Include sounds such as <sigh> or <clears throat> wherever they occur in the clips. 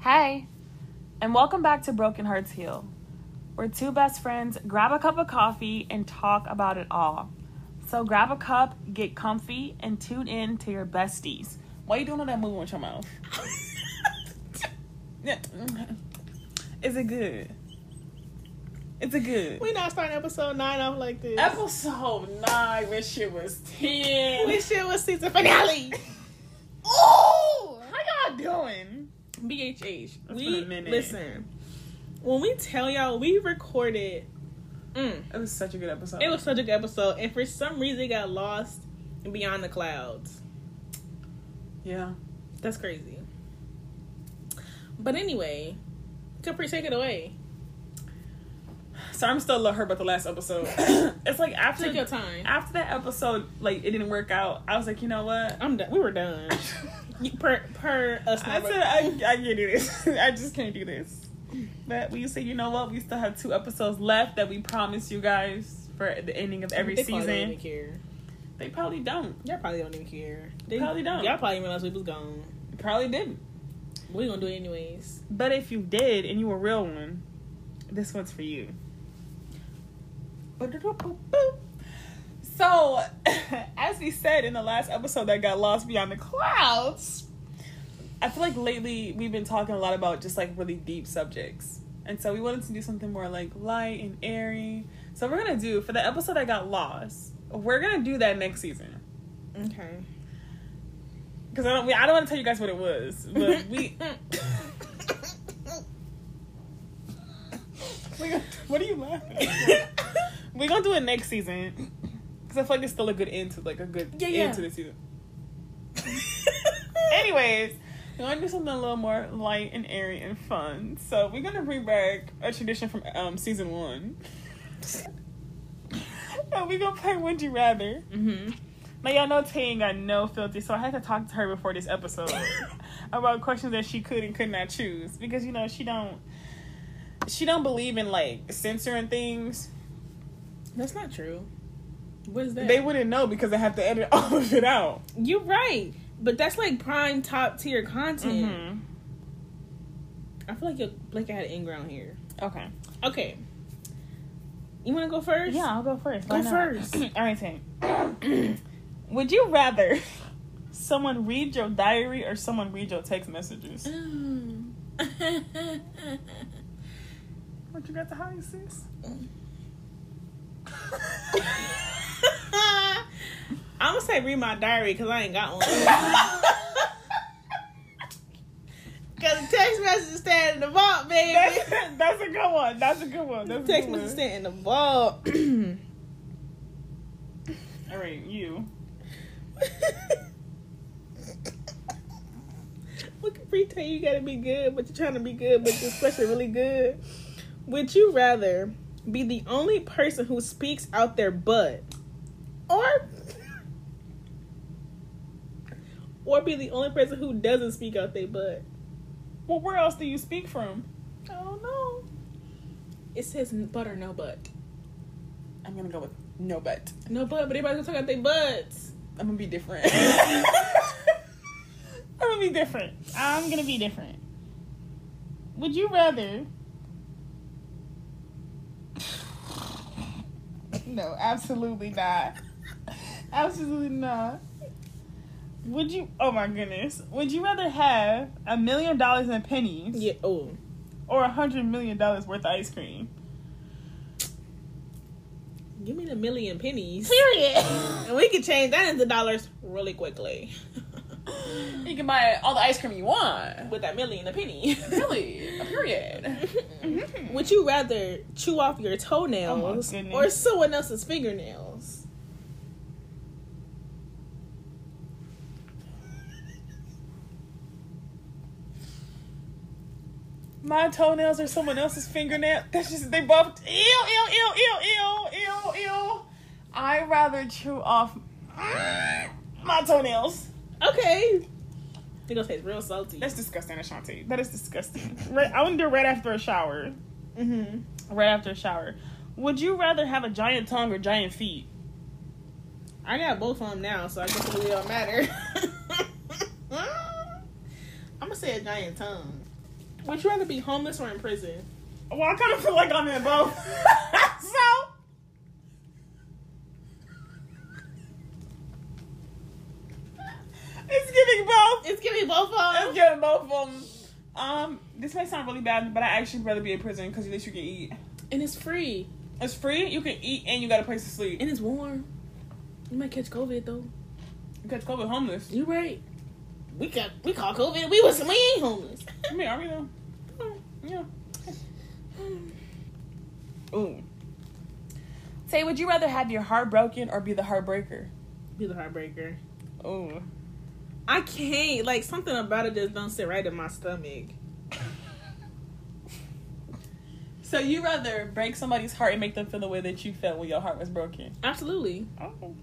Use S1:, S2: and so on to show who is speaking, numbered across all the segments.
S1: Hey, and welcome back to Broken Hearts Heal. We're two best friends, grab a cup of coffee and talk about it all. So grab a cup, get comfy, and tune in to your besties. Why you doing all that movement with your mouth? Is it good? Is it good?
S2: <laughs> We not starting episode nine off like this.
S1: Episode 9, this shit was 10.
S2: We should was season
S1: <laughs>
S2: finale.
S1: Oh, how y'all doing?
S2: BHH.
S1: been
S2: we
S1: a minute.
S2: listen. When we tell y'all we recorded, mm,
S1: It was such a good episode.
S2: it was such a good episode, and for some reason it got lost beyond the clouds.
S1: yeah.
S2: That's crazy. But anyway, Capri, take it away.
S1: So I'm still a little hurt about the last
S2: <laughs>
S1: episode. it's like after
S2: Take your time.
S1: after that episode, like it didn't work out. I was like, you know what?
S2: I'm done. We
S1: <laughs>
S2: were done. You- per per us.
S1: I said I, I can't do this. <laughs> I just can't do this. But we said, you know what? We still have two episodes left that we promised you guys for the ending of every
S2: they
S1: season.
S2: Probably don't even care.
S1: They probably don't.
S2: Y'all probably don't even care. They
S1: Probably don't.
S2: Y'all probably realized we was gone.
S1: Probably didn't.
S2: We gonna do it anyways.
S1: But if you did and you were a real one, this one's for you. So, <laughs> as we said in the last episode that got lost beyond the clouds, I feel like lately we've been talking a lot about just like really deep subjects. And so we wanted to do something more like light and airy. So, we're going to do for the episode that got lost, we're going to do that next season.
S2: Okay.
S1: Because I don't, we- I don't want to tell you guys what it was, but
S2: <laughs>
S1: we. We gonna- what are you laughing
S2: <laughs>
S1: at? We're gonna do it next season. Cause I feel like it's still a good end to like a good
S2: Yeah,
S1: end
S2: yeah.
S1: to the
S2: <laughs>
S1: season. Anyways, we're gonna do something a little more light and airy and fun. So we're gonna bring back a tradition from um, season one. <laughs> and we're gonna play Would You Rather.
S2: hmm
S1: Now y'all know Tay ain't got no filthy, so I had to talk to her before this
S2: <laughs>
S1: episode about questions that she could and could not choose because you know she don't she don't believe in like censoring things.
S2: That's not true. What is that?
S1: They wouldn't know because I have to edit <laughs> all of it out.
S2: You're right, but that's like prime top tier content.
S1: Mm-hmm.
S2: I feel like you like I had Ingram here.
S1: Okay.
S2: Okay. You want to go first? <laughs>
S1: Yeah, I'll go first.
S2: Go
S1: Why not?
S2: first.
S1: <clears throat> all right, Tay. <clears throat> Would you rather <laughs> someone read your diary or someone read your text messages?
S2: Mm.
S1: What you got the high <laughs> sis?
S2: <laughs> I'm gonna say read my diary because I ain't got one. Because the text message stand in the vault, baby.
S1: that's, that's a good one. That's a good one. That's a
S2: text
S1: good one.
S2: message stand in the vault. <clears throat>
S1: All right, you.
S2: <laughs> Look at free tell you gotta be good, but you're trying to be good, but this question really good. Would you rather be the only person who speaks out their butt, or <laughs> or be the only person who doesn't speak out their butt?
S1: Well, where else do you speak from?
S2: I don't know. It says butt or no butt,
S1: I'm gonna go with no bet.
S2: no butt, but everybody's gonna talk out their butts.
S1: I'm gonna be <laughs> different. I'm gonna be different. I'm gonna be different. Would you rather? <laughs> No, absolutely not. Absolutely not. Would you? Oh my goodness. Would you rather have a million dollars in pennies
S2: Yeah. Oh,
S1: or a hundred million dollars worth of ice cream?
S2: give me the million pennies. <laughs>
S1: Period. <laughs>
S2: And we could change that into dollars really quickly.
S1: You can buy all the ice cream you want.
S2: With that million
S1: <laughs>
S2: a penny.
S1: Really? Mm-hmm. Period.
S2: Would you rather chew off your
S1: Oh
S2: toenails
S1: my goodness.
S2: or someone else's fingernails?
S1: My toenails are someone else's fingernail. That's just they both. Ew! Ew! Ew! Ew! Ew! Ew! Ew! I rather chew off my toenails.
S2: Okay. It gonna taste real salty.
S1: That's disgusting, Ashanti. That is disgusting. Right, I wouldn't do it right after a shower.
S2: Mm-hmm.
S1: Right after a shower. Would you rather have a giant tongue or giant feet?
S2: I got both of them now, so I guess it really don't <laughs> matter. I'm gonna say a giant tongue. Would you rather be homeless or in prison?
S1: Well, I kind of feel like I'm in both. <laughs> so. It's giving both.
S2: It's giving both
S1: It's <laughs>
S2: of them.
S1: giving both of them. Um, this may sound really bad, but I actually rather be in prison because at least you can eat.
S2: And it's free.
S1: It's free. You can eat and you got a place to sleep.
S2: And it's warm. You might catch COVID though.
S1: You catch COVID homeless.
S2: You right. We got we caught COVID. We was we ain't homeless.
S1: I mean, are we though? Yeah. Ooh. Say, would you rather have your heart broken or be the heartbreaker?
S2: <laughs> Be the heartbreaker.
S1: Ooh.
S2: I can't. Like something about it just don't sit right in my stomach.
S1: <laughs> So you rather break somebody's heart and make them feel the way that you felt when your heart was broken?
S2: Absolutely.
S1: Oh.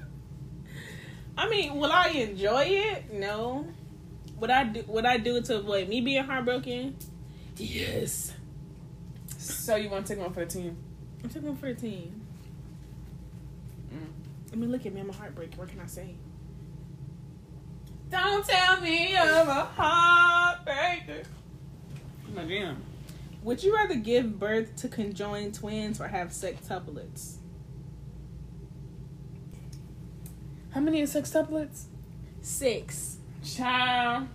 S2: <laughs> I mean, will I enjoy it? No. Would I do? Would I do it to avoid me being heartbroken? Yes.
S1: So you want to take one for the team?
S2: I'm taking fourteen.
S1: Mm.
S2: I mean, look at me. I'm a heartbreaker. What can I say?
S1: Don't tell me I'm a heartbreaker. My jam.
S2: Would you rather give birth to conjoined twins or have sextuplets?
S1: How many is sextuplets?
S2: Six.
S1: Child.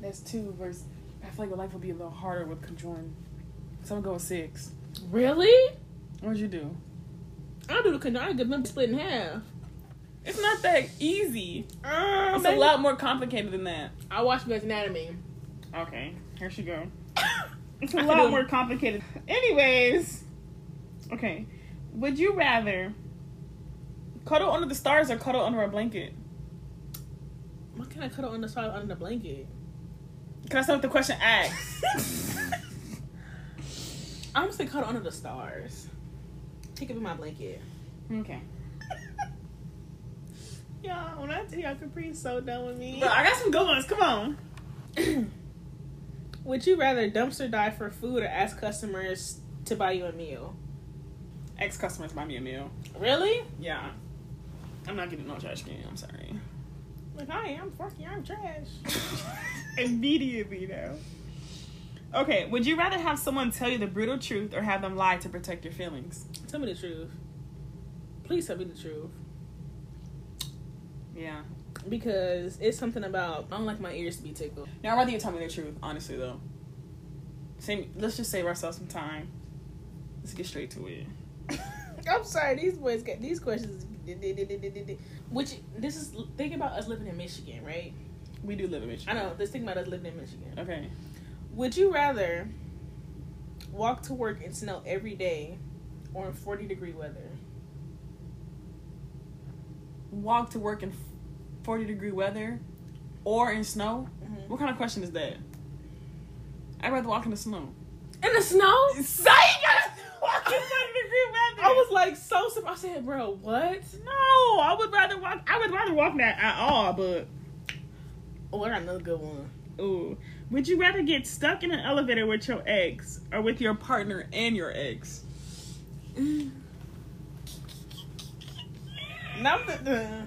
S1: That's two versus. I feel like life would be a little harder with conjoined. So I'm going with six.
S2: Really?
S1: What'd you do?
S2: I'll do the conjoined. I'll give them split in half.
S1: It's not that easy.
S2: Uh,
S1: It's a lot more complicated than that.
S2: I watched Grey's <coughs> Anatomy.
S1: Okay, here she go. It's
S2: I
S1: a
S2: can do
S1: lot
S2: it.
S1: more complicated. Anyways, okay. Would you rather cuddle under the stars or cuddle under a blanket?
S2: Why can't I cuddle on the side under the blanket?
S1: Can I start with the question asked? <laughs>
S2: I'm just gonna cuddle under the stars. Take it in my blanket.
S1: okay.
S2: Y'all, when I tell y'all Capri's so done with me.
S1: But I got some good ones. Come on.
S2: <coughs> Would you rather dumpster dive for food or ask customers to buy you a meal?
S1: Ex customers buy me a meal.
S2: Really?
S1: Yeah. I'm not getting no trash can. I'm sorry.
S2: Like, hi, I'm fucking, I'm trash.
S1: <laughs> Immediately, though. Okay, would you rather have someone tell you the brutal truth or have them lie to protect your feelings?
S2: Tell me the truth. Please tell me the truth.
S1: Yeah.
S2: Because it's something about, I don't like my ears to be tickled.
S1: Now, I'd rather you tell me the truth, honestly, though. Same, let's just save ourselves some time. Let's get straight to <laughs> it.
S2: I'm sorry, these boys get these questions. Which, this is, think about us living in Michigan, right?
S1: We do live in Michigan.
S2: I know, this thing about us living in Michigan.
S1: Okay.
S2: Would you rather walk to work in snow every day or in 40 degree weather?
S1: Walk to work in 40 degree weather or in snow?
S2: Mhm.
S1: What kind of question is that? I'd rather walk in the snow.
S2: In the snow?
S1: So you gotta walk in 40 degree weather.
S2: I was like so surprised. I said, bro, what?
S1: no, I would rather walk. I would rather walk that at all, but
S2: Oh, I got another good one.
S1: ooh. Would you rather get stuck in an elevator with your ex or with your partner and your <gasps> ex?
S2: Now I'm the-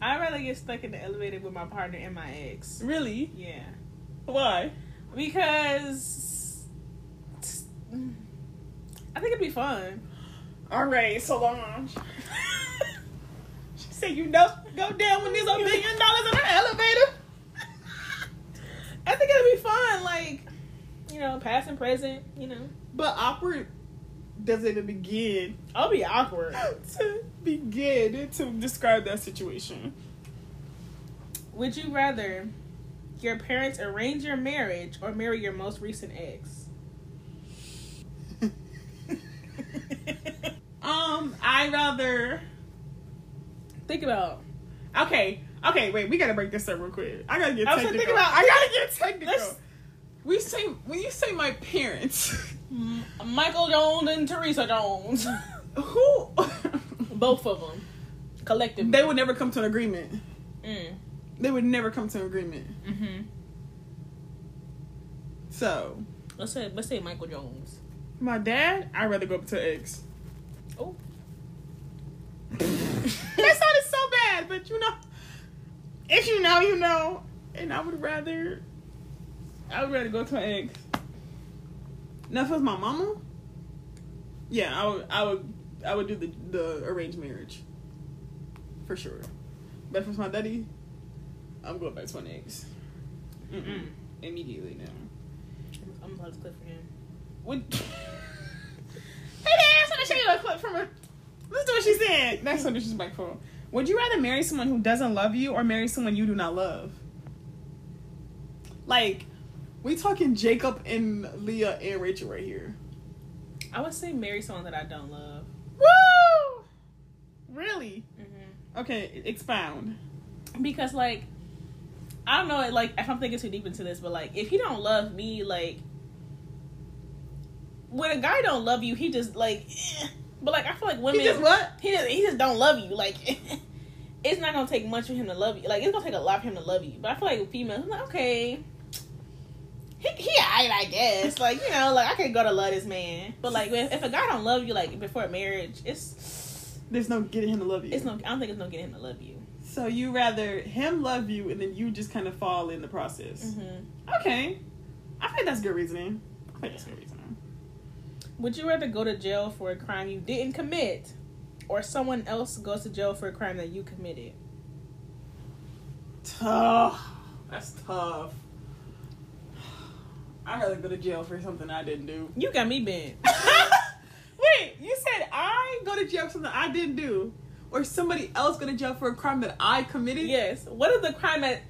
S2: I'd rather get stuck in the elevator with my partner and my ex.
S1: Really?
S2: Yeah.
S1: Why?
S2: Because I think it'd be fun. <laughs>
S1: All right, so long. she said, "You know, go down when there's a million dollars in an elevator."
S2: I think it'd be fun, like, you know, past and present, you know.
S1: But awkward does it begin
S2: I'll be awkward.
S1: to begin to describe that situation?
S2: Would you rather your parents arrange your marriage or marry your most recent ex?
S1: <laughs> um, I rather.
S2: Think about.
S1: Okay, okay, wait. We gotta break this up real quick. I gotta get.
S2: I was
S1: technical.
S2: thinking about-
S1: I gotta get technical.
S2: Let's-
S1: we say when you say my parents, <laughs>
S2: M- Michael Jones and Teresa Jones. <laughs>
S1: who? <laughs>
S2: Both of them. Collectively.
S1: they would never come to an agreement.
S2: Mm.
S1: They would never come to an agreement.
S2: Mm-hmm.
S1: So
S2: Let's say, let's say Michael Jones.
S1: my dad, I'd rather go up to X.
S2: Oh.
S1: <laughs> that sounded so bad, but you know, If you know, you know. And I would rather, I would rather go to an ex. Now, if it was my mama, yeah, I would, I would, I would do the the arranged marriage, for sure. But if it's my daddy, I'm going back to an ex. Mm-mm. Immediately now.
S2: I'm about to clip for him. <laughs>
S1: Would... hey, there, I'm gonna show you a clip from her. Let's do what she said. That's so disrespectful. Would you rather marry someone who doesn't love you or marry someone you do not love? Like, we talking Jacob and Leah and Rachel right here.
S2: I would say marry someone that I don't love.
S1: Woo! Really?
S2: Mm-hmm.
S1: Okay, expound.
S2: because like I don't know, like if I'm thinking too deep into this, but like if he don't love me, like when a guy don't love you, he just like. eh. But like I feel like women,
S1: He just what?
S2: he just, he just don't love you. Like <laughs> it's not gonna take much for him to love you. Like it's gonna take a lot for him to love you. But I feel like with females, I'm like okay, he he alright, I guess. Like you know, like I could go to love this man. But like if, if a guy don't love you, like before marriage, it's
S1: There's no getting him to love you.
S2: it's no. I don't think it's no getting him to love you.
S1: So you rather him love you and then you just kind of fall in the process.
S2: Mm-hmm.
S1: Okay. I think that's good reasoning. I think that's good reasoning.
S2: Would you rather go to jail for a crime you didn't commit or someone else goes to jail for a crime that you committed?
S1: Tough. That's tough. I'd rather go to jail for something I didn't do. <laughs>
S2: You got me bent.
S1: Wait, you said I go to jail for something I didn't do, or somebody else go to jail for a crime that I committed?
S2: yes. What is the crime that.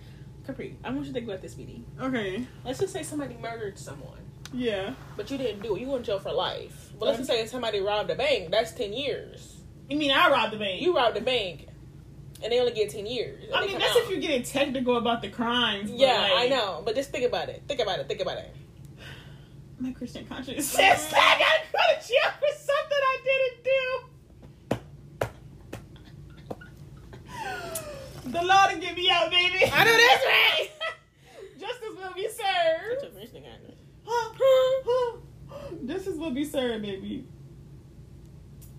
S2: Capri, I want you to think about this, BD.
S1: Okay.
S2: Let's just say somebody murdered someone,
S1: Yeah.
S2: but you didn't do it. You go to jail for life. But let's just say somebody robbed a bank. That's 10 years.
S1: You mean I robbed the bank?
S2: You robbed a bank, and they only get 10 years. and
S1: I
S2: they
S1: mean,
S2: come
S1: that's
S2: out.
S1: if you're getting technical about the crimes. but,
S2: Yeah,
S1: like,
S2: I know. But just think about it. Think about it. Think about it.
S1: My Christian conscience says that I gotta go to jail for something I didn't do. the Lord will get me out, baby.
S2: <laughs> I know that's right.
S1: Justice will be served.
S2: <laughs>
S1: <gasps>
S2: That's a rich thing, I know.
S1: this is what be served, baby.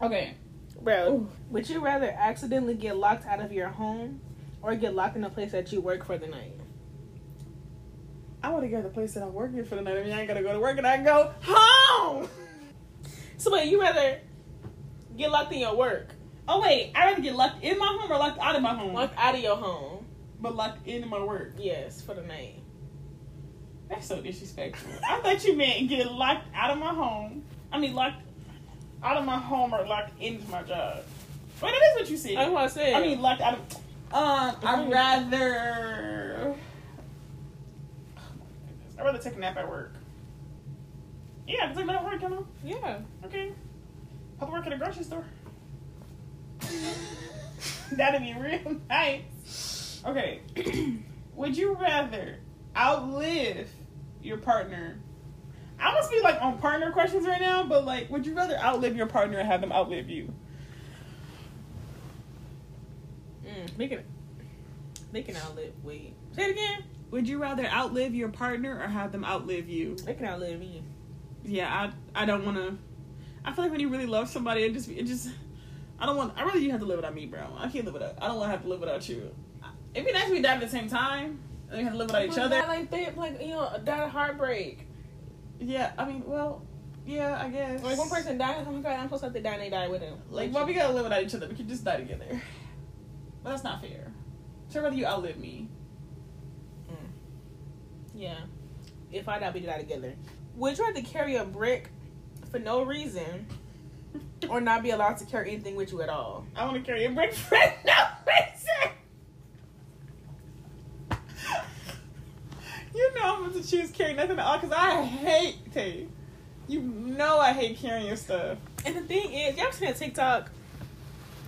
S1: Okay.
S2: Bro,
S1: Ooh.
S2: would you rather accidentally get locked out of your home or get locked in a place that you work for the night?
S1: I want to go to the place that I'm working for tonight. I mean, I ain't got to go to work and I go home.
S2: So wait, you rather get locked in your work,
S1: Oh, wait. I'd rather get locked in my home or locked out of my home.
S2: locked out of your home,
S1: But locked into my work.
S2: yes, for the night.
S1: That's so disrespectful. I thought you meant get locked out of my home. I mean, locked out of my home or locked into my job. Wait, that is what you said.
S2: That's Oh, what I said.
S1: I mean, locked out of. Um, I'd
S2: Mhm.
S1: rather. I'd rather take a nap at work. Yeah, I can take a nap at work, you know?
S2: yeah.
S1: Okay. I'll work at a grocery store. <laughs> That'd be real nice. Okay. <clears throat> Would you rather outlive your partner? I must be like on partner questions right now, but like, would you rather outlive your partner and have them outlive you?
S2: Mm, they can, they can outlive. Wait, say it again.
S1: Would you rather outlive your partner or have them outlive you?
S2: They can outlive me.
S1: Yeah, I I don't want to. I feel like when you really love somebody, it just it just I don't want. I really you have to live without me, bro. I can't live without. I don't want to have to live without you. It'd be nice if we died at the same time. And we have to live without each other.
S2: like they, like you know, died of heartbreak.
S1: Yeah, I mean, well, yeah, I guess.
S2: Like one person died. Oh my god, I'm supposed to have to die, and they died with him.
S1: Like, why we gotta live without each other? We could just die together. But that's not fair. So I'd rather you outlive me.
S2: Mm. Yeah. If I die, we die together. Would you rather carry a brick for no <laughs> reason or not be allowed to carry anything with you at all?
S1: I want to carry a brick for <laughs> no reason. you know I'm going to choose carry nothing at all because I hate tape. You know I hate carrying your stuff.
S2: And the thing is, y'all seen that TikTok?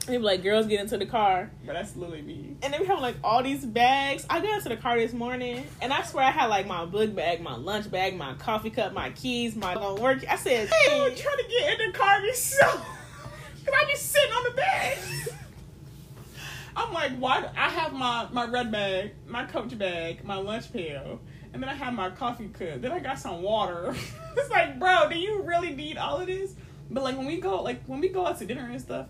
S2: They be like, girls get into the car.
S1: But that's literally me.
S2: And they be having like all these bags. I got into the car this morning and I swear I had like my book bag, my lunch bag, my coffee cup, my keys, my long work. I said,
S1: Hey, we're
S2: hey,
S1: trying to get in the car yourself. <laughs> Cause I be sitting on the bed. I'm like, why? I have my my red bag, my coach bag, my lunch pail, and then I have my coffee cup. Then I got some water. <laughs> it's like, bro, do you really need all of this? But like when we go, like when we go out to dinner and stuff,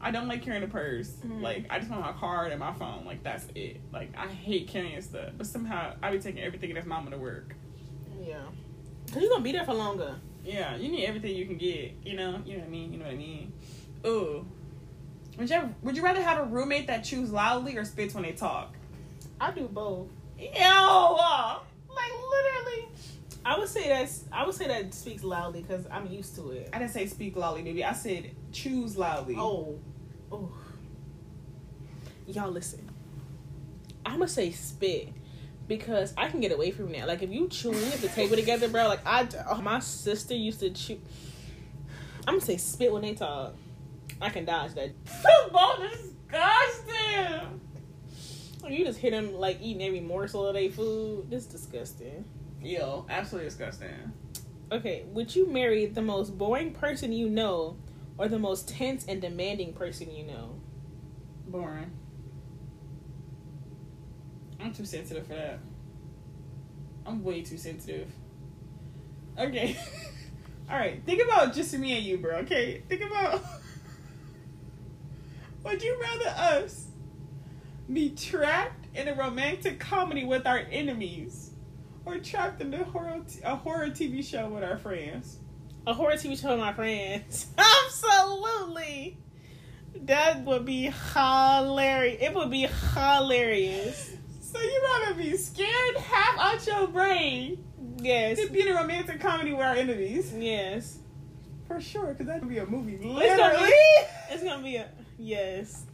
S1: I don't like carrying a purse.
S2: Mm.
S1: Like I just want my card and my phone. Like that's it. Like I hate carrying stuff. But somehow I be taking everything that's mama to work.
S2: Yeah. Cause you're gonna be there for longer.
S1: Yeah, you need everything you can get. You know, you know what I mean. You know what I mean. Ooh. Would you would you rather have a roommate that chews loudly or spits when they talk?
S2: I do both.
S1: Ew. Like
S2: Like literally, I would say that's I would say that speaks loudly because I'm used to it.
S1: I didn't say speak loudly, baby. I said choose loudly.
S2: Oh, oh. Y'all listen. I'ma say spit because I can get away from that. Like if you chewing at the table together, bro. Like I, oh, my sister used to chew. I'm gonna say spit when they talk. I can dodge that.
S1: so bold, disgusting.
S2: Oh, You just hear them like eating every morsel of their food. This disgusting.
S1: Yo, absolutely disgusting.
S2: Okay, would you marry the most boring person you know, or the most tense and demanding person you know?
S1: Boring. I'm too sensitive for that. I'm way too sensitive. Okay. <laughs> All right. Think about just me and you, bro. Okay. Think about. <laughs> Would you rather us be trapped in a romantic comedy with our enemies, or trapped in a horror a horror TV show with our friends?
S2: A horror TV show, with my friends. <laughs> Absolutely, that would be hilarious. It would be hilarious.
S1: So you rather be scared half out your brain
S2: Yes,
S1: than be in a romantic comedy with our enemies?
S2: yes.
S1: For sure, because that'd be a movie.
S2: gonna
S1: Literally.
S2: It's gonna be a yes,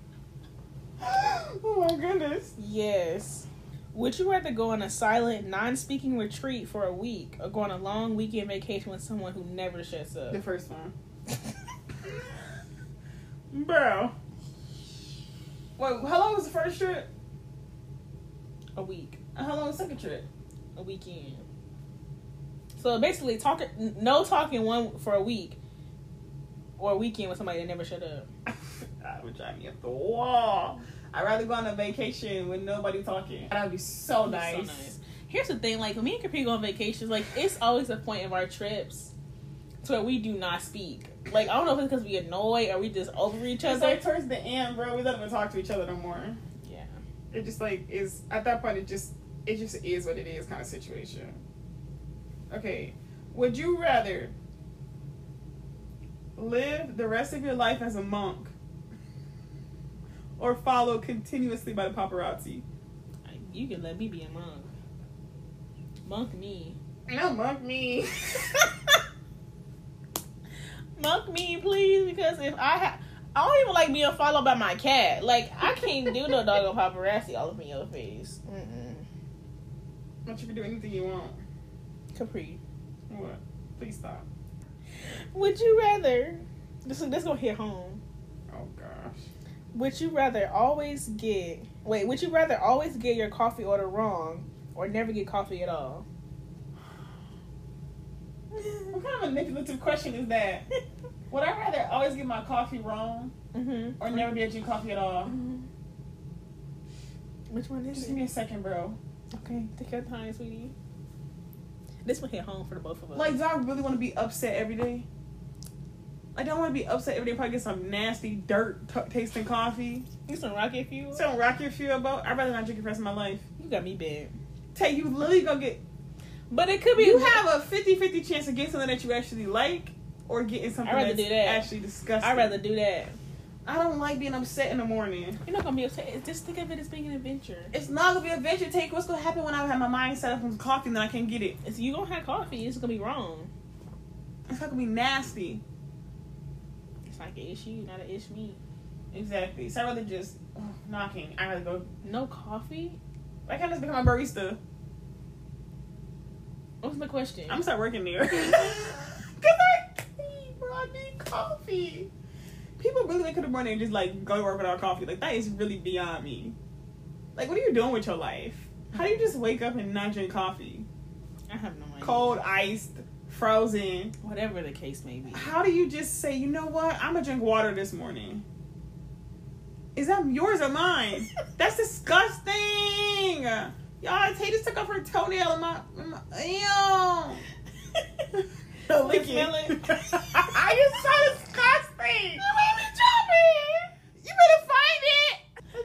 S1: <gasps> oh my goodness.
S2: yes. Would you rather go on a silent, non-speaking retreat for a week, or go on a long weekend vacation with someone who never shuts up?
S1: The first one. Bro. Wait, how long was the first trip?
S2: <laughs> a week.
S1: And how long was the second trip?
S2: a weekend. So basically, talking no talking one for a week or a weekend with somebody that never shut up.
S1: <laughs> that would drive me up the wall. I'd rather go on a vacation with nobody talking. That'd be so nice.
S2: So nice. Here's the thing: like when me and Capri go on vacations, like it's always a point of our trips to where we do not speak. Like I don't know if it's because we annoy or we just over each
S1: It's
S2: other.
S1: like towards the end, bro, we don't even talk to each other no more.
S2: yeah,
S1: It just like is at that point it just it just is what it is kind of situation. Okay. Would you rather live the rest of your life as a monk or follow continuously by the paparazzi?
S2: Like, you can let me be a monk. Monk me,
S1: No monk me. <laughs>
S2: monk me, please. Because if I have. I don't even like being followed by my cat. Like I can't do no doggone paparazzi all up in your face. Mm-mm.
S1: But you can do anything you want.
S2: Capri.
S1: What? Please stop.
S2: Would you rather? This is this gonna hit home.
S1: Oh gosh.
S2: Would you rather always get wait? Would you rather always get your coffee order wrong or never get coffee
S1: <laughs>
S2: at all? Mm-hmm.
S1: What kind of manipulative question is that? Would I rather always get my coffee wrong
S2: mm-hmm.
S1: or never get you coffee at all?
S2: Which one is
S1: Just give
S2: it?
S1: me a second, bro.
S2: Okay, take your time, sweetie. This one hit home for the both of us.
S1: Like, do I really want to be upset every day? Like, do I want to be upset every day? Probably get some nasty dirt t- tasting coffee.
S2: you some rocket fuel.
S1: Some rocket fuel boat. I'd rather not drink it for the rest of my life.
S2: you got me bad.
S1: Take you literally go get.
S2: But it could be
S1: You have a 50 50 chance of getting something that you actually like or getting something
S2: I'd rather
S1: that's
S2: do that.
S1: actually disgusting.
S2: I'd rather do that.
S1: I don't like being upset in the morning.
S2: You're not gonna be upset. Just think of it as being an adventure.
S1: It's not gonna be a venture take. What's gonna happen when I have my mind set up on coffee and then I can't get it?
S2: If you don't have coffee, it's gonna be wrong.
S1: It's not gonna be nasty.
S2: It's like an issue, not an ish me.
S1: Exactly. So I'd rather just ugh, knocking. I'd rather go.
S2: No coffee?
S1: Why can't I just become a barista?
S2: What's the question?
S1: I'm gonna start working <laughs> there. Cause I, bro, I need coffee. People really wake up in the morning and just like go to work without coffee. Like that is really beyond me. Like, what are you doing with your life? How do you just wake up and not drink coffee?
S2: I have no idea.
S1: Cold, iced, frozen.
S2: Whatever the case may be.
S1: How do you just say, you know what? I'm gonna drink water this morning. Is that yours or mine? That's disgusting. Y'all, Tay just took off her toenail in my, in my ew.
S2: You
S1: Lick
S2: smell it?
S1: I just so disgusting. You made me drop it.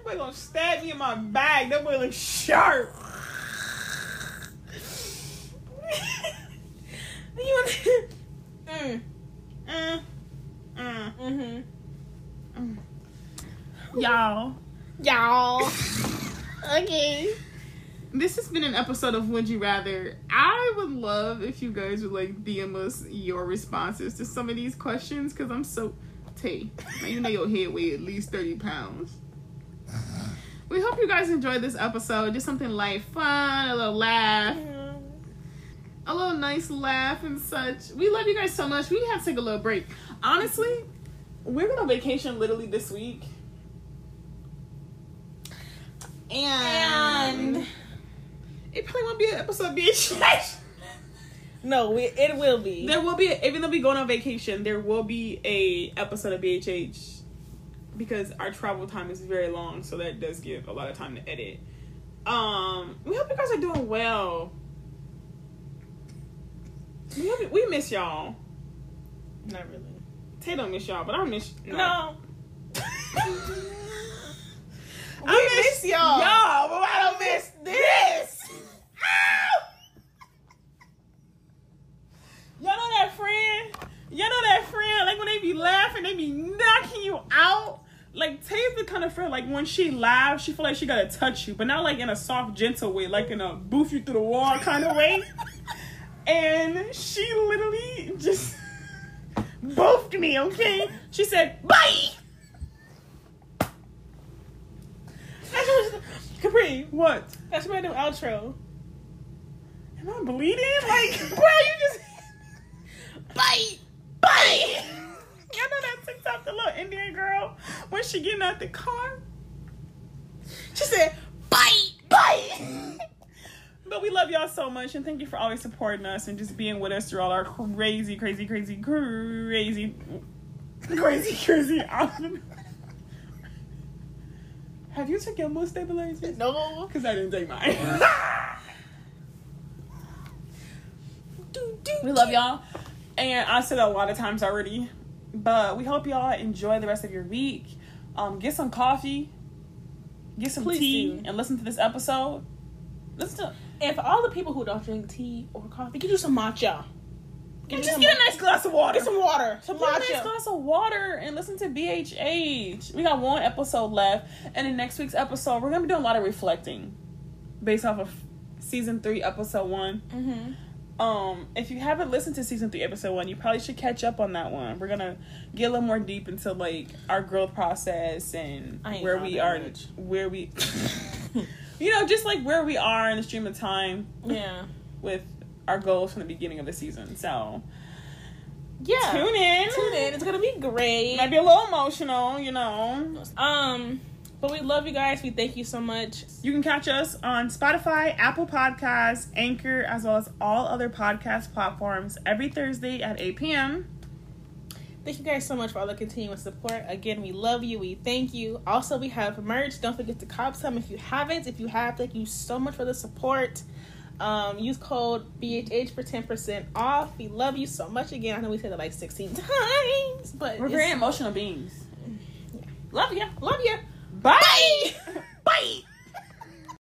S1: boy gonna stab me in my back. That boy looks sharp.
S2: <laughs> You want mm,
S1: Mm. Mm.
S2: mm-hmm.
S1: Y'all.
S2: <laughs> Y'all. okay.
S1: This has been an episode of Would You Rather. I would love if you guys would like DM us your responses to some of these questions because I'm so Tay. Now you know your head weigh at least 30 pounds. We hope you guys enjoyed this episode. Just something light, fun, a little laugh,
S2: Mm-hmm.
S1: a little nice laugh and such. We love you guys so much. We have to take a little break. Honestly, we're going on vacation literally this week.
S2: And
S1: It probably won't be an episode, bitch. <laughs>
S2: no, it, it will be.
S1: there will be, even though we going on vacation, there will be a episode of BHH because our travel time is very long, so that does give a lot of time to edit. Um, we hope you guys are doing well. We, hope, we miss y'all.
S2: Not really.
S1: Tay don't miss y'all, but I miss
S2: No.
S1: <laughs> I miss, y'all. Y'all, but I don't miss this. y'all know that friend? Y'all know that friend? Like when they be laughing, they be knocking you out. Like Tay's the kind of friend. Like when she laughs, she feel like she gotta touch you, but not like in a soft, gentle way, like in a boof you through the wall kind of way. and she literally just <laughs> boofed me. Okay, she said bye.
S2: That's what- Capri,
S1: What?
S2: that's my new outro.
S1: Am I bleeding? Like, <laughs> bro, you just
S2: Bye.
S1: bite. <laughs> Y'all know that TikTok, the little Indian girl, when she getting out the car, she said, "Bite, bite." <laughs> but we love y'all so much, and thank you for always supporting us and just being with us through all our crazy, crazy, crazy, crazy, crazy, crazy. <laughs> Have you took your mood stabilizers?
S2: No.
S1: Because I didn't take mine. <laughs> we love y'all. And I said that a lot of times already. But we hope y'all enjoy the rest of your week. Um, get some coffee, get some
S2: Please
S1: tea,
S2: do.
S1: and listen to this episode. Listen to
S2: And for all the people who don't drink tea or coffee, get you some matcha.
S1: and
S2: you
S1: just
S2: some
S1: get a nice glass of water.
S2: Get some water. Some
S1: Get a
S2: matcha.
S1: nice glass of water and listen to BHH. We got one episode left, and in next week's episode, we're gonna be doing a lot of reflecting, based off of season three, episode one.
S2: mm-hmm. <laughs>
S1: Um, if you haven't listened to season three, episode one, you probably should catch up on that one. We're gonna get a little more deep into like our growth process and
S2: I ain't
S1: where
S2: found
S1: we
S2: that
S1: are,
S2: much.
S1: where we, <laughs> you know, just like where we are in the stream of time
S2: Yeah.
S1: with our goals from the beginning of the season. So
S2: Yeah.
S1: tune in,
S2: Tune in. It's gonna be great.
S1: Might be a little emotional, you know.
S2: Um, but we love you guys. We thank you so much.
S1: You can catch us on Spotify, Apple Podcasts, Anchor, as well as all other podcast platforms every Thursday at 8 p.m.
S2: Thank you guys so much for all the continuing support. Again, we love you. We thank you. Also, we have merch. Don't forget to cop some if you haven't. If you have, thank you so much for the support. Um, use code BHH for 10% off. We love you so much. Again, I know we said it like 16 <laughs> times, but
S1: We're
S2: it's-
S1: very emotional beings.
S2: love you. Love you.
S1: Bye.
S2: Bye.
S1: <laughs>